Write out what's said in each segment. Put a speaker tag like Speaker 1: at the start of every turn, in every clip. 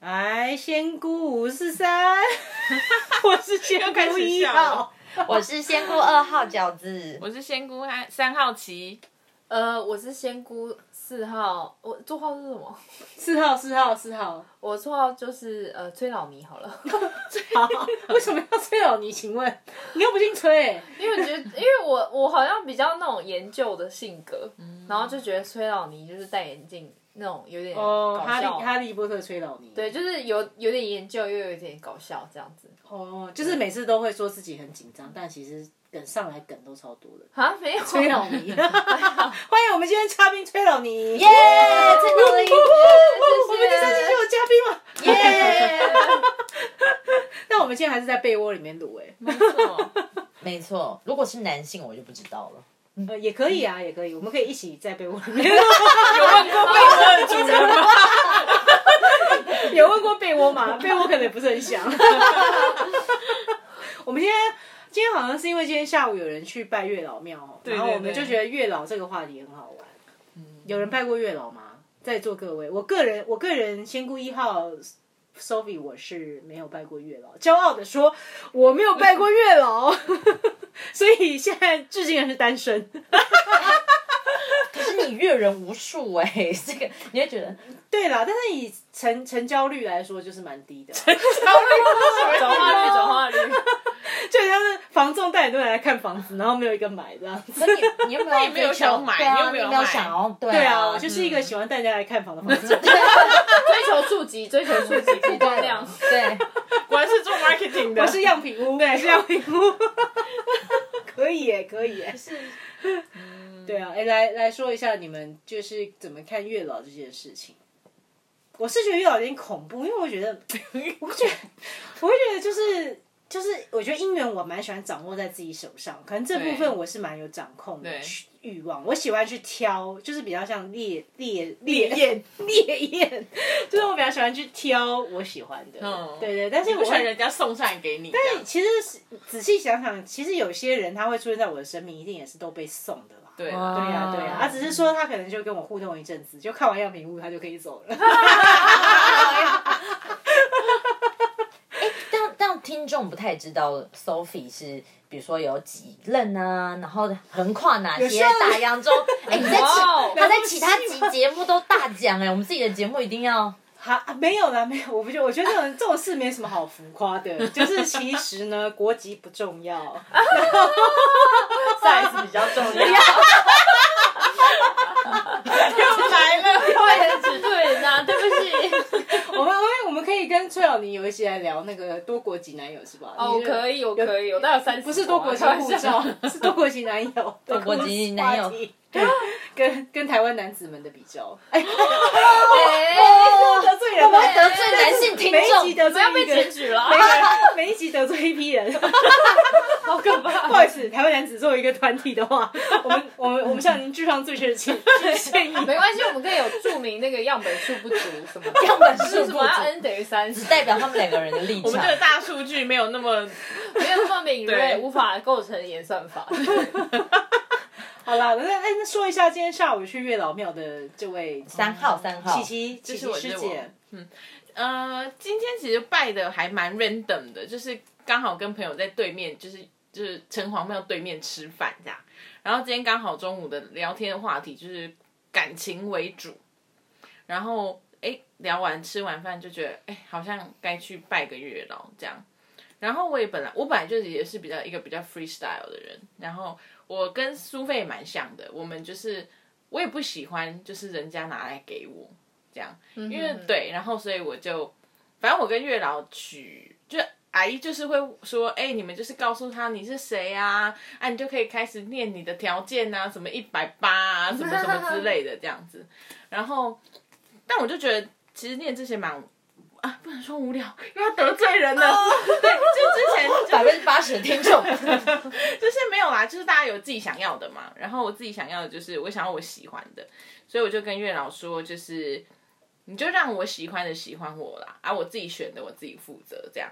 Speaker 1: 哎，仙姑五四 三，我是仙姑一号，
Speaker 2: 我是仙姑二号饺子，
Speaker 3: 我是仙姑三三号棋，
Speaker 4: 呃，我是仙姑四号，我座号是什么？
Speaker 1: 四号四号四号。
Speaker 4: 我绰号就是呃崔老迷好了，
Speaker 1: 好，为什么要催老你？请问你又不姓崔，
Speaker 4: 因为我觉得，因为我我好像比较那种研究的性格，
Speaker 1: 嗯
Speaker 4: 然后就觉得崔老尼就是戴眼镜那种有点
Speaker 1: 哦，
Speaker 4: 搞
Speaker 1: 哈利
Speaker 4: 笑，
Speaker 1: 哈利波特催老你。
Speaker 4: 对，就是有有点研究又有点搞笑这样子。
Speaker 1: 哦，就是每次都会说自己很紧张，但其实梗上来梗都超多的。
Speaker 4: 啊，没有
Speaker 1: 崔 老尼，哦欢迎我们今天嘉宾崔老尼。
Speaker 2: 耶，成功了一
Speaker 1: 我们第三期就有嘉宾嘛？
Speaker 2: 耶，
Speaker 1: 但我们现在还是在被窝里面录哎、
Speaker 3: 没错，
Speaker 2: 没错，如果是男性我就不知道了。
Speaker 1: 呃，也可以啊，也可以，我们可以一起在被窝里 面录。
Speaker 3: 有问过被窝的主人吗？
Speaker 1: 有问过被窝吗？被窝可能也不是很想。 我们今天今天好像是因为今天下午有人去拜月老庙哦，
Speaker 3: 对
Speaker 1: 然后我们
Speaker 3: 对对
Speaker 1: 就觉得月老这个话题很好玩。
Speaker 2: 嗯
Speaker 1: 有人拜过月老吗？在座各位，我个人我个人仙姑一号 Sophie 我是没有拜过月老，骄傲的说我没有拜过月老，所以现在至今还是单身。
Speaker 2: 可是你阅人无数哎、 这个你会觉得
Speaker 1: 对啦，但是以成成交率来说，就是蛮低的。啊
Speaker 4: 转化率，转化率，
Speaker 1: 就像是房仲带很多人来看房子，然后没有一个买这样子。
Speaker 2: 可你 你有没有
Speaker 3: 你没有想买
Speaker 2: 对啊
Speaker 3: 你有
Speaker 2: 你有
Speaker 3: 没有买
Speaker 2: 没有想要对
Speaker 1: 对
Speaker 2: 啊
Speaker 1: 啊，我就是一个喜欢带人家来看房的房仲。
Speaker 4: 追求触及，追求触 及，
Speaker 1: 啊
Speaker 4: 曝光量。
Speaker 2: 对，
Speaker 3: 果然是做 marketing 的，
Speaker 1: 我是样品屋，对，是样品屋。 可以耶，可以耶。
Speaker 3: 是
Speaker 1: 对啊，哎、来来说一下你们就是怎么看月老这件事情。我是觉得月老有点恐怖，因为我觉得，我觉得，我会觉得就是就是，我觉得姻缘我蛮喜欢掌握在自己手上，可能这部
Speaker 3: 对
Speaker 1: 分我是蛮有掌控的
Speaker 3: 对
Speaker 1: 欲望，我喜欢去挑，就是比较像烈烈烈
Speaker 3: 验，
Speaker 1: 烈焰，就是我比较喜欢去挑我喜欢的，
Speaker 3: 嗯
Speaker 1: 对对，但是
Speaker 3: 你
Speaker 1: 我
Speaker 3: 不喜欢
Speaker 1: 会。
Speaker 3: 人家送上给你，
Speaker 1: 但是其实是仔细想想，其实有些人他会出现在我的生命，一定也是都被送的啦。
Speaker 3: 对
Speaker 1: 对
Speaker 3: 啦
Speaker 1: 呀、
Speaker 2: 啊
Speaker 1: 对呀、他只是说他可能就跟我互动一阵子，就看完样品屋他就可以走了。
Speaker 2: 但但听众不太知道 Sophie 是。比如说有几任啊，然后横跨哪
Speaker 1: 有
Speaker 2: 些
Speaker 1: 效率
Speaker 2: 大洋洲？哎、你在
Speaker 4: 哇哦
Speaker 2: 其他在其他集节目都大奖哎、我们自己的节目一定要
Speaker 1: 好、啊，没有啦，没有，我不觉得，我觉得这种这种事没什么好浮夸的，就是其实呢，国籍不重要，
Speaker 4: size 比较重 要，
Speaker 3: 又来了，
Speaker 4: 对，只对人啊，对不起。
Speaker 1: 我们我们我们可以跟崔老尼有一起来聊那个多国籍男友是吧？
Speaker 4: 哦，我可
Speaker 1: 以，
Speaker 4: 以，我可以，我大概有三十，啊
Speaker 1: 不是多国籍护照，是多国籍男 友，
Speaker 2: 多国籍男友
Speaker 1: 话题，对，跟跟台湾男子们的比较，哎，
Speaker 2: 哦，
Speaker 1: 得罪人
Speaker 2: 我
Speaker 1: 了，
Speaker 2: 们得罪男性听
Speaker 1: 每一集
Speaker 2: 众，
Speaker 1: 得
Speaker 4: 不
Speaker 1: 罪
Speaker 4: 要
Speaker 1: 一
Speaker 4: 被
Speaker 1: 个
Speaker 4: 检
Speaker 1: 人，
Speaker 4: 举了，
Speaker 1: 每一集得罪一批人。
Speaker 4: 好可怕。
Speaker 1: 不好意思，台湾男子作为一个团体的话，我们我们我们向您致上最深的歉歉意。
Speaker 4: 没关系，我们可以有注明那个样本数不足什么的，
Speaker 2: 样本
Speaker 4: 就是
Speaker 2: 数
Speaker 4: 什
Speaker 2: 不
Speaker 4: 么要
Speaker 2: 足，
Speaker 4: n 等于三十
Speaker 2: 只，代表他们两个人的立
Speaker 3: 我们这个
Speaker 2: 场。
Speaker 3: 大数据没有那么
Speaker 4: 没有那么敏
Speaker 3: 对
Speaker 4: 锐，无法构成演算法。
Speaker 1: 好啦，那那那说一下今天下午去月老庙的这位
Speaker 2: 三号，三号
Speaker 1: 琪，琪琪
Speaker 3: 是
Speaker 1: 琪
Speaker 3: 我
Speaker 1: 师
Speaker 3: 是我嗯
Speaker 1: 姐，
Speaker 3: 呃，今天其实拜的还蛮 random 的，就是刚好跟朋友在对面，就是就是城隍庙对面吃饭这样。然后今天刚好中午的聊天的话题就是感情为主，然后哎聊完吃完饭就觉得哎好像该去拜个月老这样。然后我也本来我本来就是也是比较一个比较 freestyle 的人，然后我跟苏菲也蛮像的，我们就是我也不喜欢就是人家拿来给我这样，因
Speaker 4: 嗯
Speaker 3: 为对，然后所以我就，反正我跟月老取，就阿姨就是会说，哎、你们就是告诉他你是谁啊，啊，你就可以开始念你的条件啊，什么一百八啊，什么什么之类的这样子。然后，但我就觉得其实念这些蛮啊，不能说无聊，又要得罪人了。对，就之前就
Speaker 2: 百 分之八十的听众，
Speaker 3: 嗯就是没有啦，就是大家有自己想要的嘛。然后我自己想要的就是我想要我喜欢的，所以我就跟月老说，就是你就让我喜欢的喜欢我啦，啊，我自己选的我自己负责这样。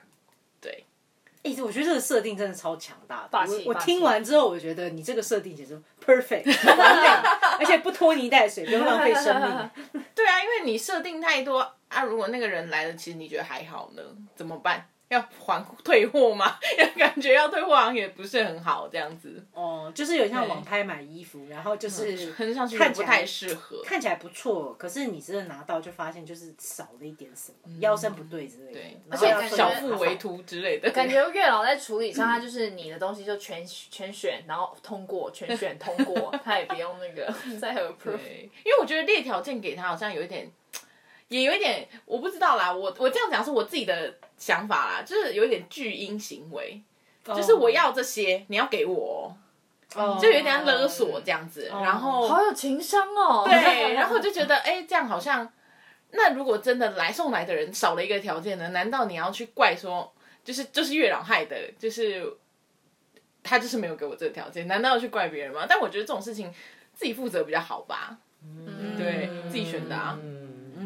Speaker 1: 哎、我觉得这个设定真的超强大的。
Speaker 4: 霸气
Speaker 1: 我我
Speaker 4: 霸气
Speaker 1: 听完之后，我觉得你这个设定简直 perfect 完美，而且不拖泥带水，不用浪费生命。
Speaker 3: 对啊，因为你设定太多啊，如果那个人来了，其实你觉得还好呢，怎么办？要还 退货吗？感觉要退货好像也不是很好，这样子
Speaker 1: 哦，就是有点像网拍买衣服，然后就是
Speaker 3: 嗯很上去也
Speaker 1: 看起
Speaker 3: 不
Speaker 1: 来
Speaker 3: 太适合。
Speaker 1: 看起来不错，可是你真的拿到就发现就是少了一点什么，腰身不对之类的，
Speaker 3: 对
Speaker 1: 然后要
Speaker 4: 而且感觉
Speaker 3: 小腹为图之类的，
Speaker 4: 感觉月老在处理上，他就是你的东西就全全选，然后通过全选通过，他也不用那个再 approve。
Speaker 3: 对，因为我觉得列条件给他好像有一点，也有一点，我不知道啦。我我这样讲是我自己的想法啦，就是有一点巨婴行为，
Speaker 1: 哦
Speaker 3: 就是我要这些，你要给我哦，就有点像勒索这样子。然后
Speaker 4: 好有情商哦！
Speaker 3: 对，然后就觉得哎、这样好像，那如果真的来送来的人少了一个条件呢？难道你要去怪说，就是就是月老害的，就是他就是没有给我这个条件，难道要去怪别人吗？但我觉得这种事情自己负责比较好吧，对自己选的啊，
Speaker 2: 嗯，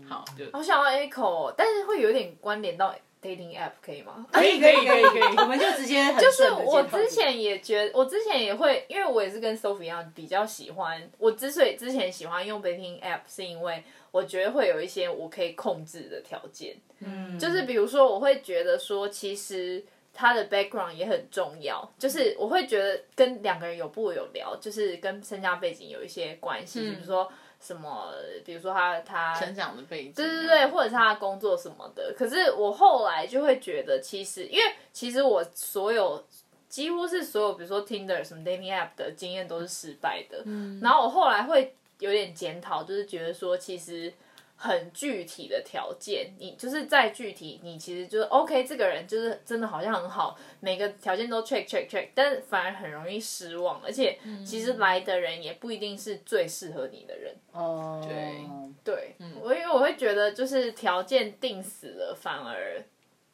Speaker 1: 嗯，
Speaker 3: 好就。
Speaker 4: 我想要 echo，但是会有点关联到 dating app，可以吗？
Speaker 1: 可以可以可以
Speaker 3: 可以可 以
Speaker 1: 我们就直接很
Speaker 4: 就是
Speaker 1: 顺地
Speaker 4: 我
Speaker 1: 介绍
Speaker 4: 之前也觉我之前也会，因为我也是跟 Sophie 一样，比较喜欢。我之所以之前喜欢用 dating app，是因为我觉得会有一些我可以控制的条件，嗯，就是比如说，我会觉得说，其实他的 background 也很重要，就是我会觉得跟两个人有不有聊，就是跟身家背景有一些关系，比如说什么，比如说他他
Speaker 3: 成长的背景，啊
Speaker 4: 对对对，或者是他的工作什么的。可是我后来就会觉得，其实因为其实我所有几乎是所有，比如说 Tinder 什么 dating app 的经验都是失败的。然后我后来会有点检讨，就是觉得说，其实很具体的条件，你就是再具体，你其实就是 OK，这个人就是真的好像很好，每个条件都 check check check，但是反而很容易失望，而且其实来的人也不一定是最适合你的人。
Speaker 1: 哦，
Speaker 3: 对
Speaker 4: 对，
Speaker 3: 嗯
Speaker 4: 我因为我会觉得就是条件定死了，反而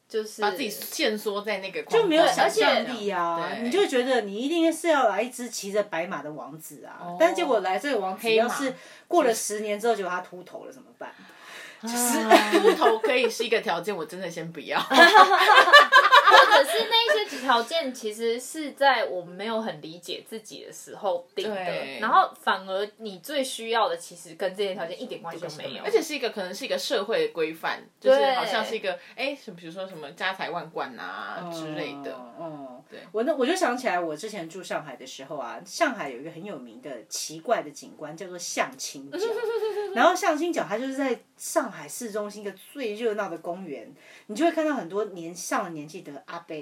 Speaker 4: 就是
Speaker 3: 把自己限缩在那个
Speaker 1: 就没有
Speaker 3: 框架
Speaker 1: 想
Speaker 4: 而且
Speaker 1: 象力啊！
Speaker 3: 对
Speaker 1: 你就会觉得你一定是要来一只骑着白马的王子啊，但结果来这个王子
Speaker 3: 哦黑马
Speaker 1: 要是过了十年之后，结果他秃头了怎么办？啊
Speaker 3: 秃头可以是一个条件，我真的先 不要。
Speaker 4: 啊或 者是那一些条件，其实是在我没有很理解自己的时候定的
Speaker 3: 对，
Speaker 4: 然后反而你最需要的，其实跟这些条件一点关系都没有。
Speaker 3: 而且是一个可能是一个社会规范，就是
Speaker 4: 对
Speaker 3: 好像是一个哎，什么比如说什么家财万贯啊之类的，
Speaker 1: 嗯，对，我那我就想起来，我之前住上海的时候啊，上海有一个很有名的奇怪的景观叫做象青角，然后象青角它就是在上海市中心一个最热闹的公园，你就会看到很多年上了年纪的阿伯、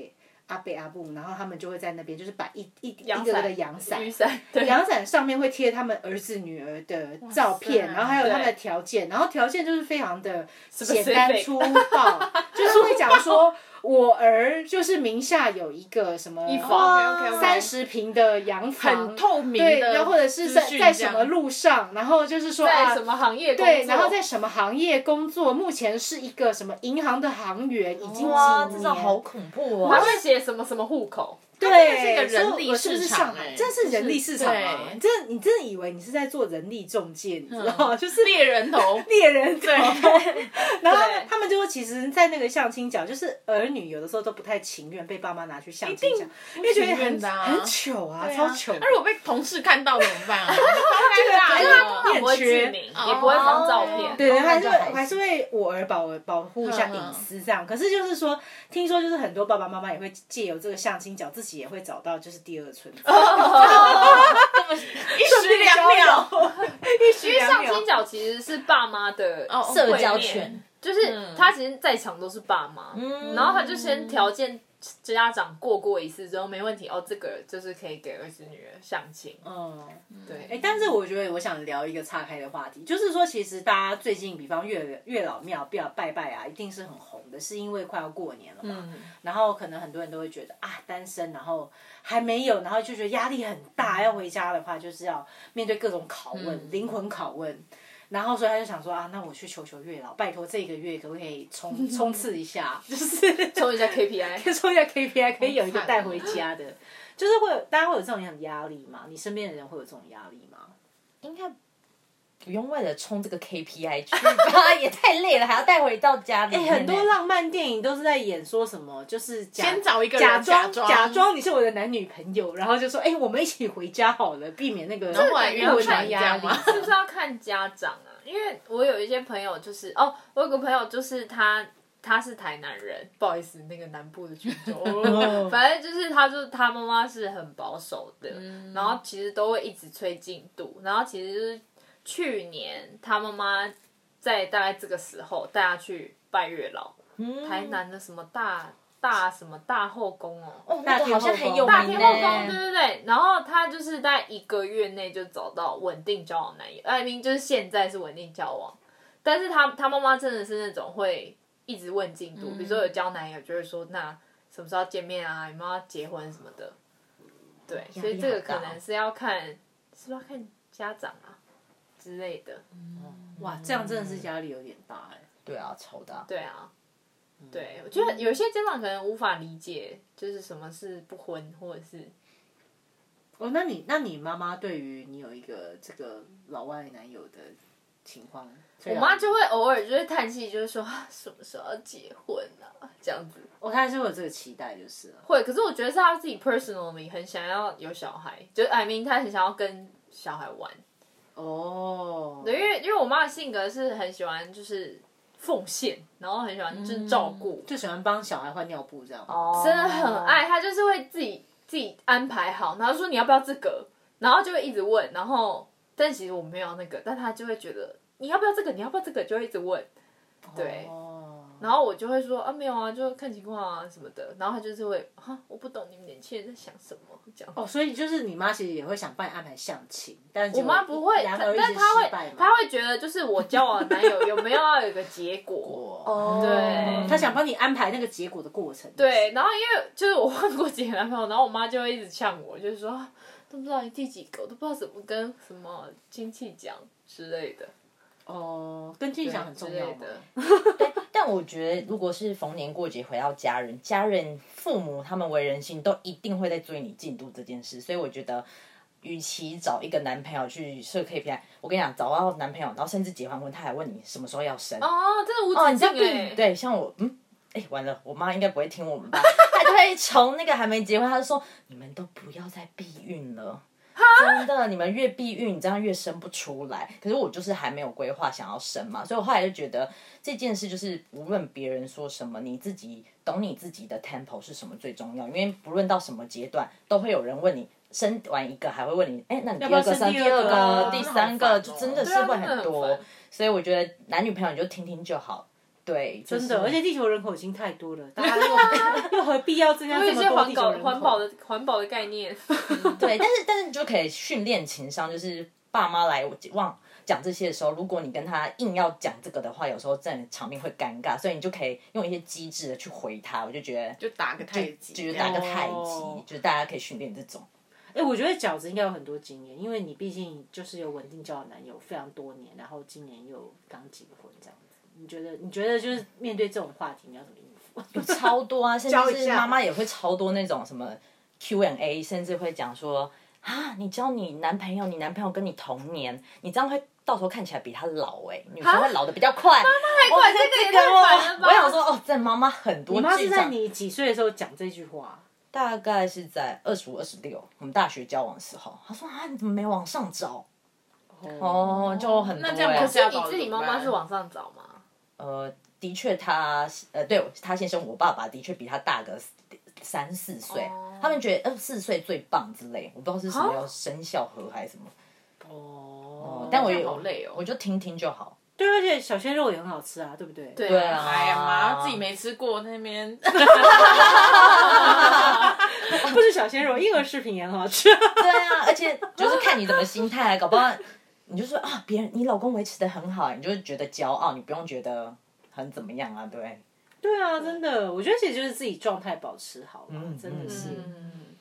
Speaker 1: 阿伯、阿布，然后他们就会在那边就是摆一一一个个的阳伞
Speaker 4: 雨。伞，对，
Speaker 1: 阳伞上面会贴他们儿子女儿的照片，
Speaker 3: 哇
Speaker 1: 然
Speaker 3: 塞
Speaker 1: 后还有他们的条件，然后条件就是非常的简
Speaker 4: specific
Speaker 1: 单粗暴，就是会讲 说我儿就是名下有一个什么
Speaker 4: 一房
Speaker 1: 哦
Speaker 3: OK，OK，OK
Speaker 1: 三十平的洋房，
Speaker 3: 很透明
Speaker 1: 嗯对，
Speaker 3: 的，
Speaker 1: 然后或者是在在什么，路上，然后就是说
Speaker 4: 在
Speaker 1: 啊
Speaker 4: 什。么行业工作？
Speaker 1: 对，然后在什么行业工作？目前是一个什么银行的行员，已经
Speaker 3: 嗯
Speaker 1: 几年。
Speaker 2: 哇，这种好恐怖
Speaker 4: 他
Speaker 2: 哦！
Speaker 4: 会写什么什么户口？
Speaker 1: 对，
Speaker 3: 这个是一个人力
Speaker 1: 所以我是不是
Speaker 3: 市场
Speaker 1: 上海？
Speaker 3: 哎
Speaker 1: 这是人力市场啊！
Speaker 3: 对
Speaker 1: 你真的，你真的以为你是在做人力中介，你知道吗？就是，
Speaker 3: 嗯猎人头
Speaker 1: 猎人头。
Speaker 3: 对，
Speaker 1: 然后他们
Speaker 4: 对
Speaker 1: 他们就说，其实，在那个相亲角，就是儿女有的时候都不太情愿被爸妈拿去相亲角，因为觉得
Speaker 3: 情愿
Speaker 1: 很
Speaker 3: 的啊
Speaker 1: 很糗啊，
Speaker 3: 对啊
Speaker 1: 超 糗的。
Speaker 3: 那如果被同事看到怎么办 啊？超尴
Speaker 1: 这个
Speaker 3: 尬的
Speaker 1: 这
Speaker 4: 他
Speaker 1: 个
Speaker 4: 不会
Speaker 1: 欠缺
Speaker 4: 具名，也不会放照片。
Speaker 1: 对对，
Speaker 2: 哦那
Speaker 1: 还
Speaker 2: 就是还
Speaker 1: 会
Speaker 2: 是
Speaker 1: 还是会我儿保保护一下
Speaker 3: 嗯嗯
Speaker 1: 隐私这样。可是就是说，听说就是很多爸爸妈妈也会借由这个相亲角，自己也会找到就是第二春，
Speaker 3: 哦 一石两鸟，
Speaker 1: 必须
Speaker 4: 因为上清角其实是爸妈的
Speaker 3: 哦
Speaker 4: 会
Speaker 2: 社
Speaker 4: 面
Speaker 2: 交圈，
Speaker 4: 就是他其实在场都是爸妈，
Speaker 2: 嗯
Speaker 4: 然后他就先条件家长过过一次之后没问题，哦，这个就是可以给儿子女儿相亲，
Speaker 1: 嗯。哎、
Speaker 4: 对，
Speaker 1: 但是我觉得我想聊一个岔开的话题，就是说，其实大家最近，比方月月老庙不要拜拜啊，一定是很红的，是因为快要过年了
Speaker 3: 嗯
Speaker 1: 嘛。然后可能很多人都会觉得啊，单身，然后还没有，然后就觉得压力很大，要回家的话就是要面对各种拷问，灵魂拷问。然后所以他就想说啊，那我去求求月老，拜托这个月可不可以冲冲刺一下，就是
Speaker 4: 抽一 下 KPI，
Speaker 1: 冲一下 KPI，可以有一个
Speaker 3: 好惨哦
Speaker 1: 带回家的，就是会有大家会有这种样的压力吗？你身边的人会有这种压力吗？
Speaker 2: 应该不用为了冲这个 KPI 去吧，也太累了，还要带回到家
Speaker 3: 嗯
Speaker 2: 里
Speaker 1: 哎、
Speaker 2: 面呢。
Speaker 1: 很多浪漫电影都是在演说什么，就是假
Speaker 3: 先找一个人
Speaker 1: 假装
Speaker 3: 假装
Speaker 1: 假装你是我的男女朋友，然后就说，哎、我们一起回家好了，避免那个
Speaker 3: 然后后来
Speaker 1: 晕
Speaker 3: 约
Speaker 1: 船
Speaker 3: 会成这
Speaker 1: 压
Speaker 3: 样
Speaker 1: 力
Speaker 3: 吗。
Speaker 4: 是不是要看家长啊？因因为我有一些朋友就是哦，我有个朋友就是他。他是台南人，不好意思，那个南部的群众， 反正就是他就他妈妈是很保守的，然后其实都会一直催进度，然后其实就是去年他妈妈在大概这个时候带他去拜月老，台南的什么大大什么大后宫哦，
Speaker 2: 哦，那个好像很有
Speaker 1: 大
Speaker 4: 大
Speaker 2: 名
Speaker 4: 天
Speaker 1: 天
Speaker 4: 后
Speaker 1: 后
Speaker 4: 宫，对
Speaker 2: 呢。
Speaker 4: 对对。然后她就是在一个月内就找到稳定交往男友，艾明就是现在是稳定交往，但是她她妈妈真的是那种会一直问进度，比如说有交男友就会说那什么时候要见面啊，有没有要结婚什么的。对，所以这个可能是要看是不是要看家长啊之类的。
Speaker 1: 哇，这样真的是压力有点大哎、
Speaker 2: 对啊，丑的啊。
Speaker 4: 对啊，对，我觉得有些家长可能无法理解，就是什么是不婚或者是。
Speaker 1: 哦，那你那你妈妈对于你有一个这个老外男友的情况，我
Speaker 4: 我妈就会偶尔就会叹气，就是说啊什么时候要结婚啊这样子。
Speaker 1: 哦，她还是会有这个期待就是了。
Speaker 4: 会，可是我觉得是她自己 personally 很想要有小孩，就是 I mean 她很想要跟小孩玩。
Speaker 1: 哦，
Speaker 4: 对，因为因为我妈的性格是很喜欢就是奉献，然后很喜欢就是照顾，
Speaker 1: 就喜欢帮小孩换尿布这样。
Speaker 2: 哦
Speaker 4: 真的很爱她，就是会自己自己安排好，然后说你要不要这个，然后就会一直问，然后但其实我没有那个，但她就会觉得你要不要这个，你要不要这个，就会一直问。对
Speaker 1: 哦，
Speaker 4: 然后我就会说啊，没有啊，就看情况啊什么的。然后他就是会啊，我不懂你们年轻人在想什么这样。
Speaker 1: 哦，所以就是你妈其实也会想帮你安排相亲，但是
Speaker 4: 我妈不会，
Speaker 1: 然
Speaker 4: 她
Speaker 1: 而一
Speaker 4: 但
Speaker 1: 直
Speaker 4: 她
Speaker 1: 失败
Speaker 4: 会
Speaker 1: 嘛，
Speaker 4: 她会觉得就是我交往的男友有没有要有个结果？
Speaker 2: 哦，
Speaker 1: 哦，
Speaker 4: 对
Speaker 1: 她想帮你安排那个结果的过程。
Speaker 4: 对，然后因为就是我换过几个男朋友，然后我妈就会一直呛我，就是说啊都不知道你第几个，我都不知道怎么跟什么亲戚讲之类的。
Speaker 1: 哦，跟自己想很重要
Speaker 4: 对
Speaker 1: 嘛
Speaker 4: 之类的。
Speaker 2: 对，但我觉得如果是逢年过节回到家人，家人父母他们为人性都一定会在追你进度这件事，所以我觉得。与其找一个男朋友去设 KPI，我跟你讲，找到男朋友，然后甚至结完婚，他还问你什么时候要生，
Speaker 4: 哦，这个无
Speaker 2: 哦，
Speaker 4: 止
Speaker 2: 你这样
Speaker 4: 境
Speaker 2: 避
Speaker 4: 哎、欸。
Speaker 2: 对，像我，嗯，哎、完了，我妈应该不会听我们吧？ 她就会从那个还没结婚，她就说你们都不要再避孕了。真的，你们越避孕，你这样越生不出来。可是我就是还没有规划想要生嘛，所以我后来就觉得这件事就是无论别人说什么，你自己懂你自己的 tempo 是什么最重要。因为不论到什么阶段，都会有人问你生完一个，还会问你，哎、那你第
Speaker 1: 要不要
Speaker 2: 二个
Speaker 1: 生
Speaker 2: 生
Speaker 1: 第
Speaker 2: 第
Speaker 1: 二
Speaker 2: 二
Speaker 1: 个啊
Speaker 2: 个、第三
Speaker 3: 那好
Speaker 2: 个，
Speaker 3: 烦哦
Speaker 2: 就真的是
Speaker 4: 对啊
Speaker 2: 会
Speaker 4: 真的很
Speaker 2: 多。
Speaker 4: 烦
Speaker 2: 所以我觉得男女朋友你就听听就好。对，真
Speaker 1: 真的，而且地球人口已经太多了，大 家又 又何必要增加
Speaker 4: 有
Speaker 1: 这
Speaker 4: 一
Speaker 1: 么
Speaker 4: 些
Speaker 1: 多
Speaker 4: 环
Speaker 1: 地球
Speaker 4: 保
Speaker 1: 人口？
Speaker 4: 环保的环保的概念，
Speaker 2: 对，哎但是但是你就可以训练情商，就是爸妈来忘讲这些的时候，如果你跟他硬要讲这个的话，有时候真的场面会尴尬，所以你就可以用一些机智的去回他。我就觉得
Speaker 3: 就打个太极，
Speaker 2: 就是打个太极，
Speaker 1: 哦
Speaker 2: 就是大家可以训练这 种。
Speaker 1: 哎、我觉得饺子应该有很多经验，因为你毕竟就是有稳定交往男友非常多年，然后今年又刚结婚这样子。你觉得？你觉得就是面对这种话题，你要怎么应付？
Speaker 2: 超多啊，甚
Speaker 3: 教
Speaker 2: 至
Speaker 3: 一
Speaker 2: 是
Speaker 3: 下
Speaker 2: 妈妈也会超多那种什么 Q&A，甚至会讲说啊，你教你男朋友，你男朋友跟你同年，你这样会到时候看起来比他老哎、女生会老的比较快。妈妈
Speaker 4: 管这个也太烦了吧
Speaker 2: 我想说哦，这妈妈很多
Speaker 1: 你
Speaker 2: 技
Speaker 1: 妈是在
Speaker 2: 巧，
Speaker 1: 你几岁的时候讲这句话？
Speaker 2: 大概是在二十五、二十六，我们大学交往的时候，她说啊，你怎么没往上找？哦，就很多、欸。
Speaker 3: 那这样
Speaker 4: 可
Speaker 3: 可
Speaker 4: 是你自己妈妈是往上找吗？
Speaker 2: 呃，的确他呃，对他先生，我爸爸的确比他大个三四岁，
Speaker 4: 哦
Speaker 2: 他们觉得呃四岁最棒之类，我不知道是什么要生肖合还是什么，
Speaker 1: 哦
Speaker 2: 但我
Speaker 3: 这样
Speaker 2: 也
Speaker 3: 好累哦
Speaker 2: 我就听听就好。
Speaker 1: 对，而且小鲜肉也很好吃啊，对不对？对
Speaker 4: 对
Speaker 2: 啊
Speaker 3: 哎呀妈，自己没吃过那 边，
Speaker 1: 啊不是小鲜肉，婴儿饰品也很好吃。
Speaker 2: 对啊，而且就是看你怎么心态，啊搞不好你就说啊，别人你老公维持的很好，你就会觉得骄傲，你不用觉得很怎么样啊，对。
Speaker 1: 对啊，真的，我觉得其实就是自己状态保持好嘛，
Speaker 2: 嗯
Speaker 1: 真的是，
Speaker 4: 嗯，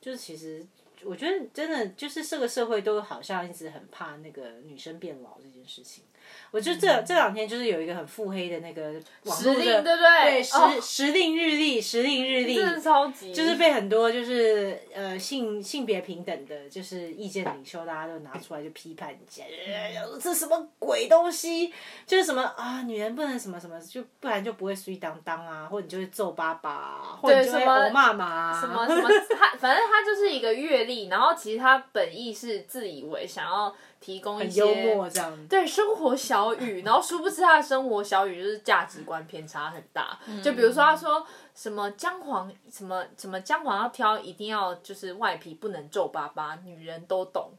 Speaker 1: 就是其实我觉得真的就是这个社会都好像一直很怕那个女生变老这件事情。我就这、这两天就是有一个很腹黑的那个网络
Speaker 4: 指
Speaker 1: 的
Speaker 4: 令对不对？
Speaker 1: 对时、
Speaker 4: 哦
Speaker 1: 时令日历时令日历，
Speaker 4: 真的超级，
Speaker 1: 就是被很多就是呃性性别平等的，就是意见领袖，大家都拿出来就批判一下，呃这什么鬼东西？就是什么啊，女人不能什么什么，就不然就不会衰当当啊，或者你就会揍爸爸啊，或者你就会
Speaker 4: 什么
Speaker 1: 殴骂妈啊，
Speaker 4: 什么什么，他反正他就是一个阅力，然后其实他本意是自以为想要提供一些
Speaker 1: 幽默这样。
Speaker 4: 对生活小语，然后殊不知他的生活小语就是价值观偏差很大。就比如说他说什么姜黄，什么什么姜黄要挑，一定要就是外皮不能皱巴巴，女人都懂。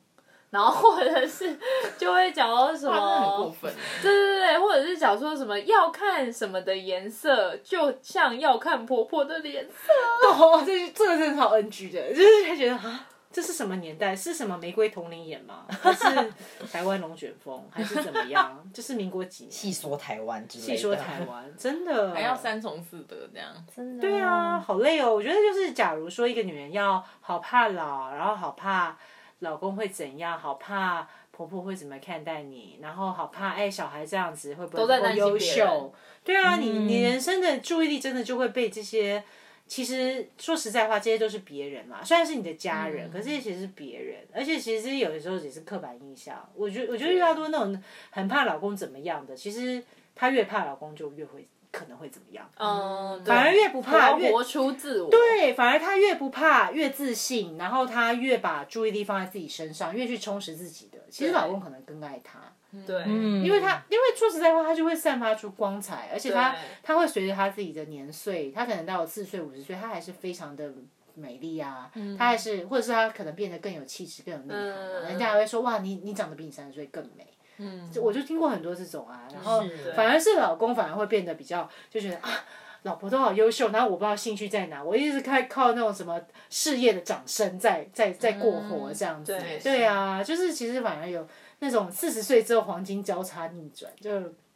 Speaker 4: 然后或者是就会讲到什
Speaker 3: 哇，真的很过
Speaker 4: 么，
Speaker 3: 分。欸
Speaker 4: 对对对，或者是讲说什么要看什么的颜色，就像要看婆婆的脸色。
Speaker 1: 哦，这这个真的超 NG 的，就是他觉得啊，这是什么年代？是什么玫瑰同龄眼吗？ 还是台湾龙卷风？还是怎么 样？就是民国几年？
Speaker 2: 细说台湾之类的，
Speaker 1: 细说台 湾，真的
Speaker 3: 还要三从四德这样，
Speaker 2: 真的
Speaker 1: 对啊，，好累哦。我觉得就是，假如说一个女人要好怕老，然后好怕老公会怎样，好怕婆婆会怎么看待你，然后好怕哎小孩这样子会不会
Speaker 4: 都在
Speaker 1: 不够
Speaker 4: 担心
Speaker 1: 优
Speaker 4: 别人嗯
Speaker 1: 秀？对啊，你你人生的注意力真的就会被这些。其实说实在话，这些都是别人嘛，虽然是你的家人，可是这些其实是别人，而且其实有的时候也是刻板印象。我觉我觉得遇到多那种很怕老公怎么样的，其实她越怕老公就越会可能会怎么样。
Speaker 4: 嗯，对
Speaker 1: 反而越不怕
Speaker 4: 我要
Speaker 1: 越
Speaker 4: 活出自我。
Speaker 1: 对，反而他越不怕，越自信，然后他越把注意力放在自己身上，越去充实自己的。其实
Speaker 4: 对
Speaker 1: 老公可能更爱她，
Speaker 4: 对，
Speaker 2: 嗯，
Speaker 1: 因为他，因为说实在话，他就会散发出光彩，而且他
Speaker 4: 对
Speaker 1: 他会随着他自己的年岁，他可能到了四岁、五十岁，他还是非常的。美丽啊，他还是，或者是他可能变得更有气质、更有内涵啊、
Speaker 4: 嗯
Speaker 1: 人家还会说哇，你你长得比你三十岁更美。嗯，我就听过很多这种啊，然后
Speaker 2: 是
Speaker 1: 反而是老公反而会变得比较就觉得啊，老婆都好优秀，然后我不知道兴趣在哪，我一直看靠那种什么事业的掌声在在在过活这样子。
Speaker 4: 对
Speaker 1: 对啊，就是其实反而有那种四十岁之后黄金交叉逆转，就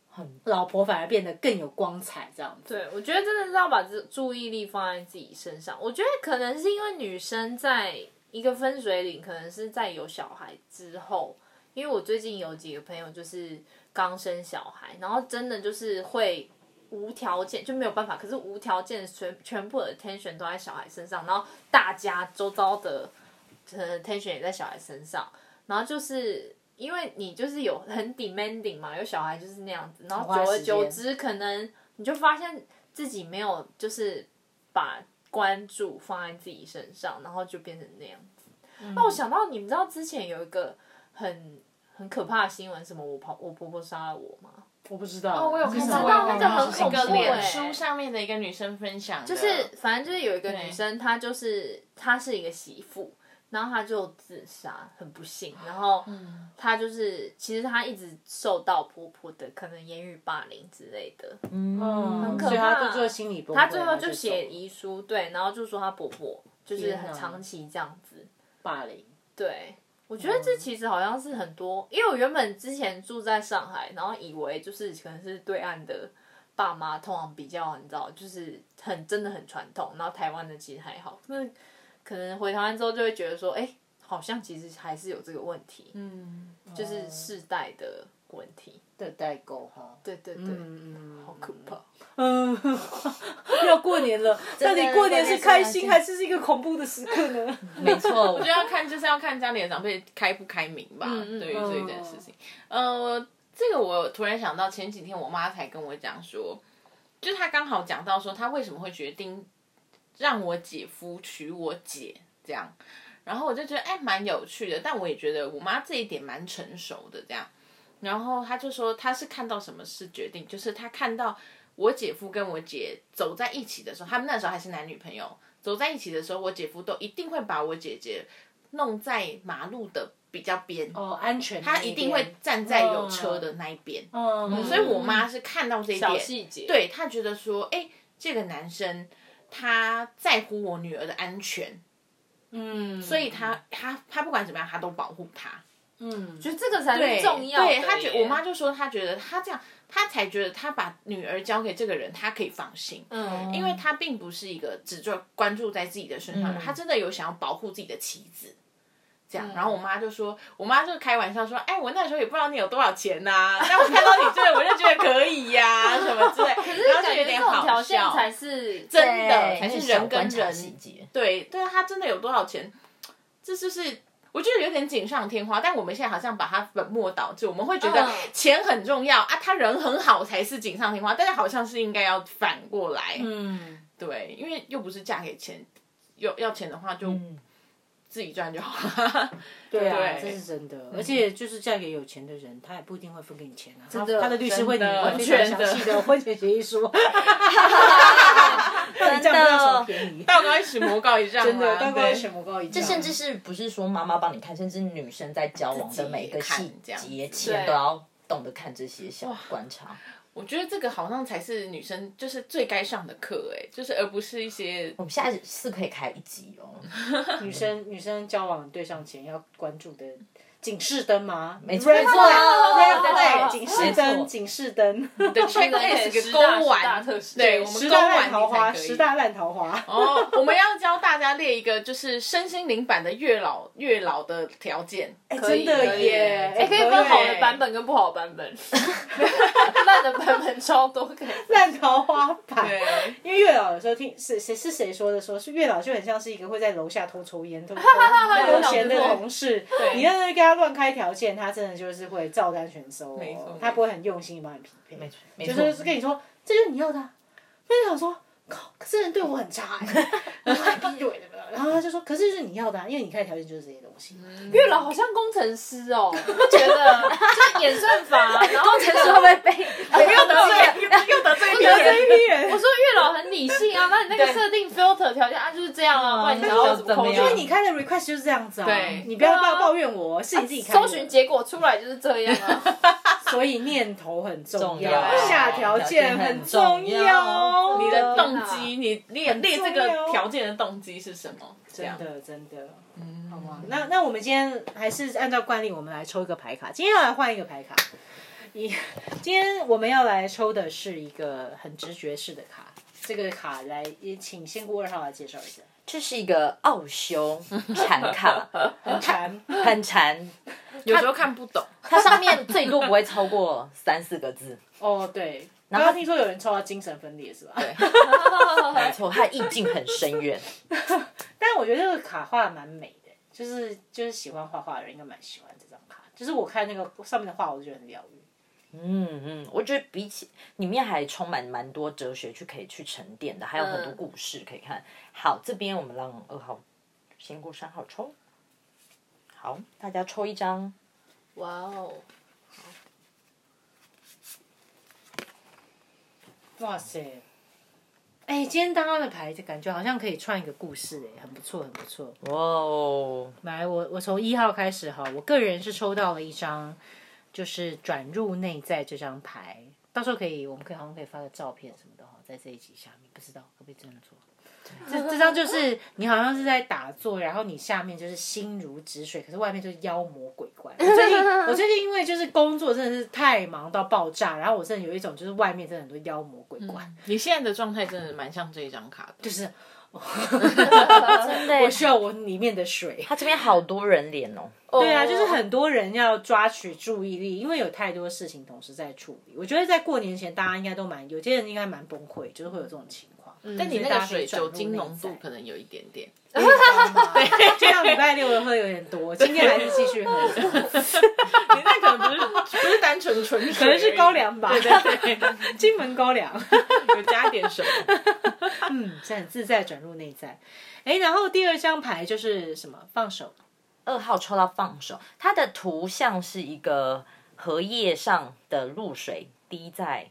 Speaker 2: 很
Speaker 1: 老婆反而变得更有光彩这样子。
Speaker 4: 对，我觉得真的是要把注注意力放在自己身上。我觉得可能是因为女生在一个分水岭，可能是在有小孩之后。因为我最近有几个朋友就是刚生小孩，然后真的就是会无条件就没有办法，可是无条件全全部的 attention 都在小孩身上，然后大家周遭的呃 attention 也在小孩身上，然后就是因为你就是有很 demanding 嘛，有小孩就是那样子，然后
Speaker 1: 花
Speaker 4: 久而
Speaker 1: 时
Speaker 4: 久
Speaker 1: 间
Speaker 4: 之，可能你就发现自己没有就是把关注放在自己身上，然后就变成那样子。
Speaker 1: 嗯
Speaker 4: 那我想到，你们知道之前有一个很很可怕的新闻，什么我婆我婆婆杀了我吗？
Speaker 1: 我不知道，
Speaker 3: 哦，我有
Speaker 1: 是
Speaker 3: 看
Speaker 1: 什
Speaker 3: 到，
Speaker 1: 么
Speaker 4: 我有看到
Speaker 3: 是一
Speaker 4: 那个很恐怖
Speaker 3: 个
Speaker 4: 欸
Speaker 3: 脸书上面的一个女生分享的，
Speaker 1: 啊
Speaker 4: 就是反正就是有一个女
Speaker 3: 对
Speaker 4: 生，她就是她是一个媳妇，然后她就自杀，很不幸。然后
Speaker 1: 嗯
Speaker 4: 她就是其实她一直受到婆婆的可能言语霸凌之类的，
Speaker 1: 嗯
Speaker 4: 很可怕
Speaker 1: 所以她就做心理崩溃，
Speaker 4: 她最后就
Speaker 1: 她
Speaker 4: 写
Speaker 1: 走了
Speaker 4: 遗书，对，然后就说她婆婆就是
Speaker 1: 天
Speaker 4: 很
Speaker 1: 哪
Speaker 4: 长期这样子，
Speaker 1: 霸凌。
Speaker 4: 对，我觉得这其实好像是很多，因为我原本之前住在上海，然后以为就是可能是对岸的爸妈通常比较，你知道，就是很真的很传统，然后台湾的其实还好，那可能回台湾之后就会觉得说，哎、好像其实还是有这个问题，
Speaker 3: 嗯，
Speaker 4: 就是世代的问题。
Speaker 1: 的代沟哈，
Speaker 4: 对对对，
Speaker 1: 嗯嗯
Speaker 4: 好可怕。
Speaker 1: 嗯， 要过年了，到底过年是开心还是一个恐怖的时刻呢？
Speaker 2: 没错，我
Speaker 3: 我觉
Speaker 2: 觉
Speaker 3: 得要看就是要看家里的长辈开不开明吧，
Speaker 4: 嗯嗯
Speaker 3: 对于这件事情。呃，这个我突然想到，前几天我妈才跟我讲说，就是她刚好讲到说，她为什么会决定让我姐夫娶我姐这样，然后我就觉得哎蛮有趣的，但我也觉得我妈这一点蛮成熟的这样。然后她就说，她是看到什么事决定，就是她看到我姐夫跟我姐走在一起的时候，他们那时候还是男女朋友，走在一起的时候，我姐夫都一定会把我姐姐弄在马路的比较边，
Speaker 1: 哦，安全，
Speaker 3: 他一定会，站在有车的那一边。
Speaker 1: 嗯，
Speaker 3: 所以我妈是看到这一点，
Speaker 4: 小细节，
Speaker 3: 对她觉得说，哎、这个男生他在乎我女儿的安全，
Speaker 1: 嗯，
Speaker 3: 所以他他他不管怎么样，他都保护她。
Speaker 1: 嗯，
Speaker 4: 觉得这个才
Speaker 3: 对，
Speaker 4: 是重要的
Speaker 3: 对
Speaker 4: 耶。
Speaker 3: 他觉我妈就说，她觉得她这样，她才觉得她把女儿交给这个人，她可以放心。
Speaker 4: 嗯，
Speaker 3: 因为他并不是一个只专关注在自己的身上的，
Speaker 2: 嗯
Speaker 3: 他真的有想要保护自己的妻子。这样，然后我妈就说，我妈就开玩笑说，哎，我那时候也不知道你有多少钱呐、但我看到你这个，我就觉得可以呀、什么 之类，然后
Speaker 4: 感
Speaker 3: 就有
Speaker 4: 觉这
Speaker 3: 点
Speaker 4: 种
Speaker 3: 好
Speaker 4: 条件
Speaker 3: 笑。
Speaker 4: 才是
Speaker 3: 真
Speaker 2: 得
Speaker 3: 的才是人跟
Speaker 2: 细
Speaker 3: 人，
Speaker 2: 节，
Speaker 3: 对对啊，他真的有多少钱，这就是。我觉得有点锦上添花，但我们现在好像把它本末倒置，我们会觉得
Speaker 4: 嗯
Speaker 3: 钱很重要、啊，他人很好才是锦上添花，但是好像是应该要反过来，
Speaker 1: 嗯，
Speaker 3: 对，因为又不是嫁给钱，有要钱的话就
Speaker 2: 嗯
Speaker 3: 自己赚就好了。
Speaker 1: 对啊，
Speaker 3: 对
Speaker 1: 这是真的。而且就是嫁给有钱的人，他也不一定会分给你钱啊。他
Speaker 4: 的
Speaker 1: 他的律师会拟
Speaker 3: 真的
Speaker 1: 完全
Speaker 3: 真
Speaker 1: 详
Speaker 3: 的
Speaker 1: 细的婚前协议书，
Speaker 2: 真
Speaker 1: 这样不要
Speaker 2: 的
Speaker 1: 手。便宜。
Speaker 3: 道高一尺，魔高一丈啊。
Speaker 1: 真的，大概
Speaker 3: 对
Speaker 1: 什么高一丈？
Speaker 2: 这甚至是不是说妈妈帮你看，甚至女生在交往的每个细
Speaker 3: 自己看这
Speaker 2: 节
Speaker 3: 样
Speaker 2: 前
Speaker 4: 对
Speaker 2: 都要懂得看这些小观察。
Speaker 3: 我觉得这个好像才是女生就是最该上的课，哎，就是而不是一些
Speaker 2: 我们下次可以开一集哦，
Speaker 1: 女生女生交往对象前要关注的警示灯吗？
Speaker 2: 没错
Speaker 1: Red
Speaker 2: 没错
Speaker 1: flag，Red
Speaker 4: 没
Speaker 1: flag，
Speaker 4: 错
Speaker 1: 警示
Speaker 2: 没错
Speaker 1: 灯，警示灯。
Speaker 3: 的 checklist 给勾
Speaker 4: 十大
Speaker 3: 完
Speaker 4: 特使，
Speaker 3: 对，我们
Speaker 1: 十
Speaker 3: 勾
Speaker 1: 大
Speaker 3: 完
Speaker 1: 烂
Speaker 3: 你
Speaker 1: 桃花，
Speaker 3: 才可以
Speaker 1: 十大烂桃花。
Speaker 3: 哦， 我们要教大家列一个就是身心灵版的月老月老的条件，
Speaker 4: 可 以
Speaker 1: 真的
Speaker 4: 可以
Speaker 1: 耶！
Speaker 4: 哎、
Speaker 1: 哎
Speaker 4: 可以分好 的版本跟不好的版本，烂的版本超多可以。
Speaker 1: 烂桃花版。
Speaker 3: 对，
Speaker 1: 因为月老有时候听是谁是谁说的说，是月老就很像是一个会在楼下偷抽烟、偷偷闲的同事，你要是跟他乱开条件，他真的就是会照单全收哦、
Speaker 3: 没错
Speaker 1: 他不会很用心地帮你匹配，
Speaker 2: 没错没
Speaker 1: 就
Speaker 2: 错
Speaker 1: 是跟你说这就是你要的、啊，那就想说。靠，可是人对我很差、欸，我还劈腿的，然后他就说，可是就是你要的、啊，因为你开条件就是这些东西，
Speaker 4: 月老好像工程师哦，你不觉得？就是演算法，啊然后
Speaker 2: 这是会不会 被？不用得罪，
Speaker 3: 又得罪别
Speaker 1: 有这
Speaker 3: 人，
Speaker 1: 一批人，
Speaker 4: 我说月老很理性啊，那你那个设定 filter 条件啊就是这样啊，
Speaker 2: 嗯
Speaker 4: 不然你想要什
Speaker 1: 因
Speaker 4: 么空
Speaker 2: 怎么
Speaker 1: 为
Speaker 2: 样
Speaker 4: 间？
Speaker 1: 你开的 request 就是这样子啊，
Speaker 3: 对
Speaker 1: 你不要
Speaker 4: 对
Speaker 1: 抱
Speaker 4: 啊
Speaker 1: 抱怨我，是你自己开的，
Speaker 4: 搜寻结果出来就是这样啊，
Speaker 1: 所以念头很重
Speaker 2: 重
Speaker 1: 要，
Speaker 2: 要
Speaker 1: 下条件很重
Speaker 2: 条件很重要
Speaker 1: 你
Speaker 3: 你
Speaker 1: 的
Speaker 3: 的
Speaker 1: 动
Speaker 3: 动机，你列列这
Speaker 1: 很重要
Speaker 3: 个条件的动机是什么？这
Speaker 1: 真
Speaker 3: 样，
Speaker 1: 的真的，
Speaker 3: 嗯，好吗？
Speaker 1: 那那我们今天还是按照惯例，我们来抽一个牌卡。今天要来换一个牌卡，一今天我们要来抽的是一个很直觉式的卡。这个卡来也请仙姑二号来介绍一下。
Speaker 2: 这是一个奥 修禅卡，
Speaker 1: 很馋，
Speaker 2: 很禅，
Speaker 3: 有时候看不懂，
Speaker 2: 它上面最多不会超过三四个 字。
Speaker 1: 哦，对，刚刚听说有人抽到精神分裂是吧？对。
Speaker 2: 没错，它的意境很深远。
Speaker 1: 但我觉得这个卡画的蛮美的，就是就是喜欢画画的人应该蛮喜欢这张卡。就是我看那个上面的画，我就觉得很疗愈。
Speaker 2: 嗯嗯，我觉得比起里面还充满蛮多哲学去可以去沉淀的，还有很多
Speaker 4: 嗯
Speaker 2: 故事可以看。好，这边我们让二号先过三号抽。好，大家抽一张。
Speaker 4: 哇哦，
Speaker 1: 哇塞！哎、今天大家的牌子感觉好像可以串一个故事、哎，很不错，很不错。
Speaker 2: 哇哦，
Speaker 1: 来，我我从一号开始哈，我个人是抽到了一张，就是转入内在这张牌，到时候可以，我们可以好像可以发个照片什么的哈，在这一集下面，不知道可不可以这样做。这这张就是你好像是在打坐，然后你下面就是心如止水，可是外面就是妖魔鬼怪。我最近我最近因为就是工作真的是太忙到爆炸，然后我真的有一种就是外面真的很多妖魔鬼怪，
Speaker 3: 你现在的状态真的蛮像这一张卡的
Speaker 1: 就，是
Speaker 2: 真的耶
Speaker 1: 我，需要我里面的水。
Speaker 2: 它这边好多人脸哦。
Speaker 1: 对啊，就是很多人要抓取注意力，因为有太多事情同时在处理。我觉得在过年前，大家应该都蛮，有些人应该蛮崩溃，就是会有这种情况。
Speaker 3: 但你那
Speaker 1: 大家
Speaker 3: 个
Speaker 1: 可以
Speaker 3: 水
Speaker 1: 转入
Speaker 3: 酒精
Speaker 1: 内
Speaker 3: 浓度
Speaker 1: 在
Speaker 3: 可能有一点点，
Speaker 1: 对，就像礼拜六的喝有点 多，今天还是继续喝，
Speaker 3: 你那可能不是不是单纯纯水而
Speaker 1: 可能
Speaker 3: 已，
Speaker 1: 是高粱 吧，
Speaker 3: 对对对，
Speaker 1: 金门高粱。
Speaker 3: 有加一点什么。
Speaker 1: 嗯，是很自在转入内在。哎，然后第二张牌就是什么？放手。
Speaker 2: 二号抽到放手，它的图像是一个荷叶上的露水滴在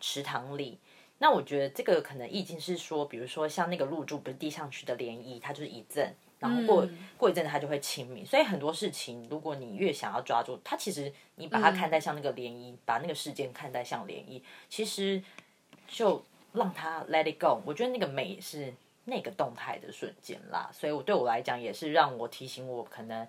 Speaker 2: 池塘里。那我觉得这个可能意境是说，比如说像那个露珠不是滴上去的涟漪，它就是一阵，然后过、过一阵子它就会清明。所以很多事情，如果你越想要抓住它，其实你把它看待像那个涟漪，把那个事件看待像涟漪，其实就让它 let it go。我觉得那个美是那个动态的瞬间啦，所以我对我来讲也是让我提醒我可能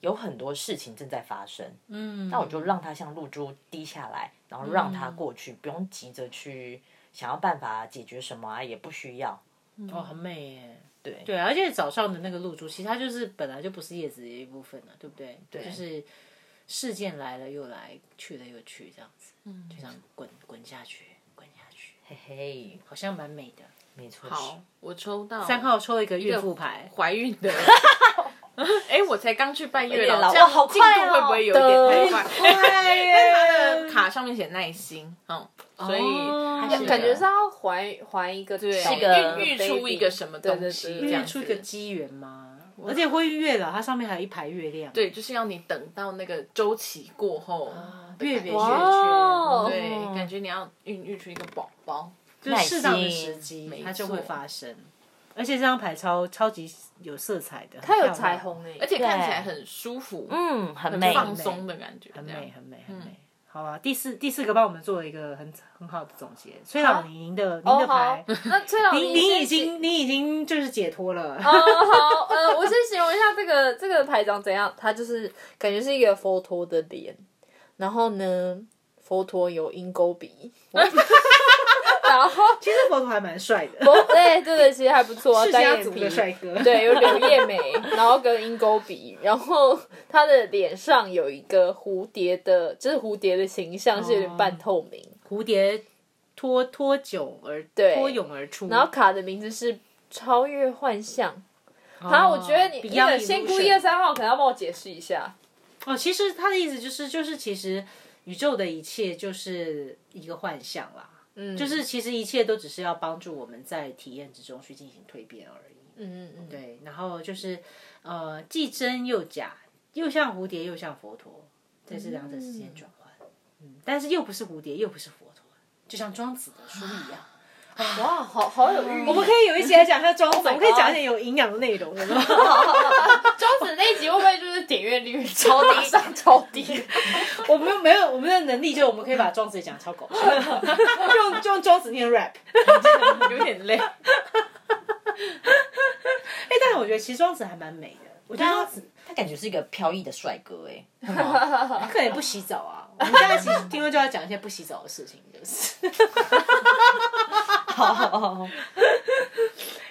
Speaker 2: 有很多事情正在发生，嗯，那我就让它像露珠滴下来，然后让它过去，不用急着去想要办法解决什么啊，也不需要。
Speaker 1: 哦，很美耶。
Speaker 2: 对
Speaker 1: 对啊，而且早上的那个露珠，其实它就是本来就不是叶子的一部分了，对不对？对就是事件来了又来，去了又去，这样子，嗯，就这样滚滚下去，滚下去，
Speaker 2: 嘿嘿，
Speaker 1: 好像蛮美的。
Speaker 2: 没错，
Speaker 3: 好，我抽到
Speaker 1: 三号抽一个岳父牌，
Speaker 3: 怀孕 的。哎，我才刚去拜月
Speaker 2: 月老
Speaker 3: 这样
Speaker 2: 哇好
Speaker 3: 进
Speaker 2: 快
Speaker 3: 度
Speaker 2: 哦
Speaker 3: 会不会有一点太快？
Speaker 1: 快耶！
Speaker 3: 呃卡上面写耐心，嗯，所以
Speaker 1: 哦
Speaker 3: 还是
Speaker 4: 感觉是要怀怀一个对
Speaker 3: 对
Speaker 2: 是个
Speaker 3: 孕育出一个什么东
Speaker 4: baby
Speaker 3: 西，
Speaker 4: 对对对
Speaker 3: 这样
Speaker 1: 约
Speaker 3: 子
Speaker 1: 出一个机缘吗？而且会月老它上面还有一排月亮，
Speaker 3: 对，就是要你等到那个周期过后，
Speaker 1: 月圆月
Speaker 4: 哇
Speaker 1: 缺，
Speaker 4: 哦
Speaker 3: 啊对，感觉你要孕育出一个宝宝。
Speaker 1: 就是适当的
Speaker 2: 耐
Speaker 1: 时
Speaker 2: 心
Speaker 1: 机
Speaker 3: 没
Speaker 1: 它就
Speaker 3: 错
Speaker 1: 会发生。而且这张牌超超级有色彩的，
Speaker 4: 它
Speaker 1: 它
Speaker 4: 有彩，虹欸诶，
Speaker 3: 而且看起来很舒服，
Speaker 2: 嗯，很
Speaker 3: 很
Speaker 2: 美，
Speaker 3: 放松的感觉，很
Speaker 4: 嗯
Speaker 1: 很美很美很美。好啊，第四第四个帮我们做了一个很很好的总结。崔老你您的您
Speaker 4: 哦
Speaker 1: 的
Speaker 4: 好
Speaker 1: 牌，，
Speaker 4: 那崔老师
Speaker 1: 您您已经您已经就是解脱了，
Speaker 4: 哦，好，呃，我先形容一下这个 这个牌长怎样，它就是感觉是一个佛陀的脸，然后呢，佛陀有鹰 钩鼻，哦然后
Speaker 1: 其实佛陀还蛮帅的，
Speaker 4: 佛对对对，其实还不错啊，
Speaker 1: 世
Speaker 4: 单
Speaker 1: 家
Speaker 4: 眼
Speaker 1: 族
Speaker 4: 皮
Speaker 1: 的帅哥，
Speaker 4: 对，有柳叶眉， 然后跟鹰钩鼻，然后他的脸上有一个蝴蝶的，就是蝴蝶的形象是有点
Speaker 1: 哦
Speaker 4: 半透明，
Speaker 1: 蝴蝶脱脱蛹而
Speaker 4: 对
Speaker 1: 脱蛹而出，
Speaker 4: 然后卡的名字是超越幻象。好，我觉得你那个
Speaker 1: Beyond
Speaker 4: 仙姑
Speaker 1: Illusion
Speaker 4: 一二三号可能要帮我解释一下。
Speaker 1: 哦，其实他的意思就是，就是其实宇宙的一切就是一个幻象啦，
Speaker 4: 嗯，
Speaker 1: 就是其实一切都只是要帮助我们在体验之中去进行蜕变而已。
Speaker 4: 嗯嗯嗯，对，
Speaker 1: 对，然后就是呃，既真又假，又像蝴蝶又像佛陀，在这两者之间转换。嗯但是又不是蝴蝶，又不是佛陀，就像庄子的书一样。
Speaker 4: 哇，好好有寓意。
Speaker 1: 我们可以有一起来讲一下庄子，我
Speaker 4: my
Speaker 1: 们可以讲一点有营养的内容，有没 有？
Speaker 4: 周子那一集会不会就是点阅率超低 上超低？
Speaker 1: 我们没有我们的能力，就是我们可以把庄子也讲超搞笑，就用就用庄子念 rap。
Speaker 3: 有点 累。
Speaker 1: 哎、但是我觉得其实庄子还蛮美的。我觉得庄子
Speaker 2: 他感觉是一个飘逸的帅哥 哎、
Speaker 1: 他可能也不洗澡啊。我们下一期听说就要讲一些不洗澡的事情，就是
Speaker 2: 好，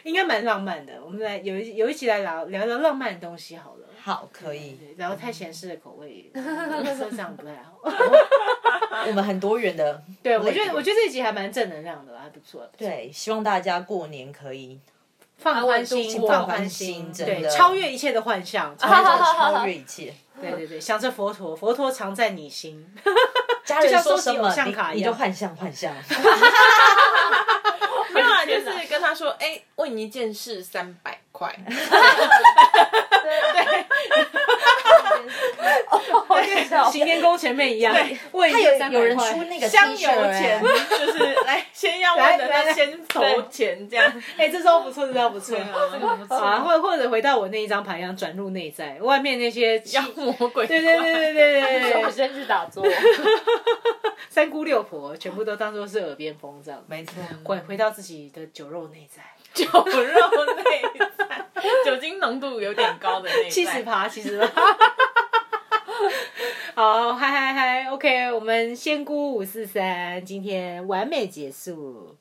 Speaker 1: 应该蛮浪漫的。我们来有一有一期来聊聊聊浪漫的东西好了。
Speaker 2: 好，可以。
Speaker 1: 对聊太咸湿的口味，身上不太好。
Speaker 2: 我们很多元的，
Speaker 1: 对，我觉得我觉得这一集还蛮正能量的，还不错。
Speaker 2: 对，希望大家过年可 以
Speaker 1: 放宽心，
Speaker 4: 安稳度过
Speaker 1: 放宽心，
Speaker 2: 真
Speaker 1: 对，
Speaker 2: 的
Speaker 1: 超越一切的幻象。超
Speaker 2: 超
Speaker 1: 越
Speaker 2: 超越一切。
Speaker 1: 对对对，想着佛陀，佛陀藏在你心。
Speaker 2: 家人说什
Speaker 1: 就像收集偶像卡
Speaker 2: 么，
Speaker 1: 一样
Speaker 2: 你你就幻象幻象。
Speaker 3: 没有啦，啊就是跟他说，哎，问一件事三百块，
Speaker 4: 好笑。
Speaker 1: 行天宫前面一样，问一
Speaker 2: 他
Speaker 1: 下
Speaker 2: 有
Speaker 1: 300
Speaker 2: 有人
Speaker 1: 块
Speaker 2: 出那个 T
Speaker 3: 香油
Speaker 2: 恤
Speaker 3: 钱
Speaker 2: 哎，
Speaker 3: 就是来先要问的，
Speaker 1: 来来
Speaker 3: 那先投钱这 样。
Speaker 1: 哎、这招不错，这招不错。
Speaker 3: 啊
Speaker 1: 啊，或或者回到我那一张牌一样，转入内在，外面那些
Speaker 3: 妖魔鬼怪，
Speaker 1: 对对对对对对
Speaker 4: 我
Speaker 1: 对，
Speaker 4: 先去打坐。
Speaker 1: 三姑六婆全部都当做是耳边风这样，
Speaker 2: 没错，
Speaker 1: 回回到自己的酒肉内在，
Speaker 3: 酒肉内在，酒精浓度有点高的内在。
Speaker 1: 七十趴，七十趴。 好，嗨嗨嗨，OK，我们仙姑五四三今天完美结束。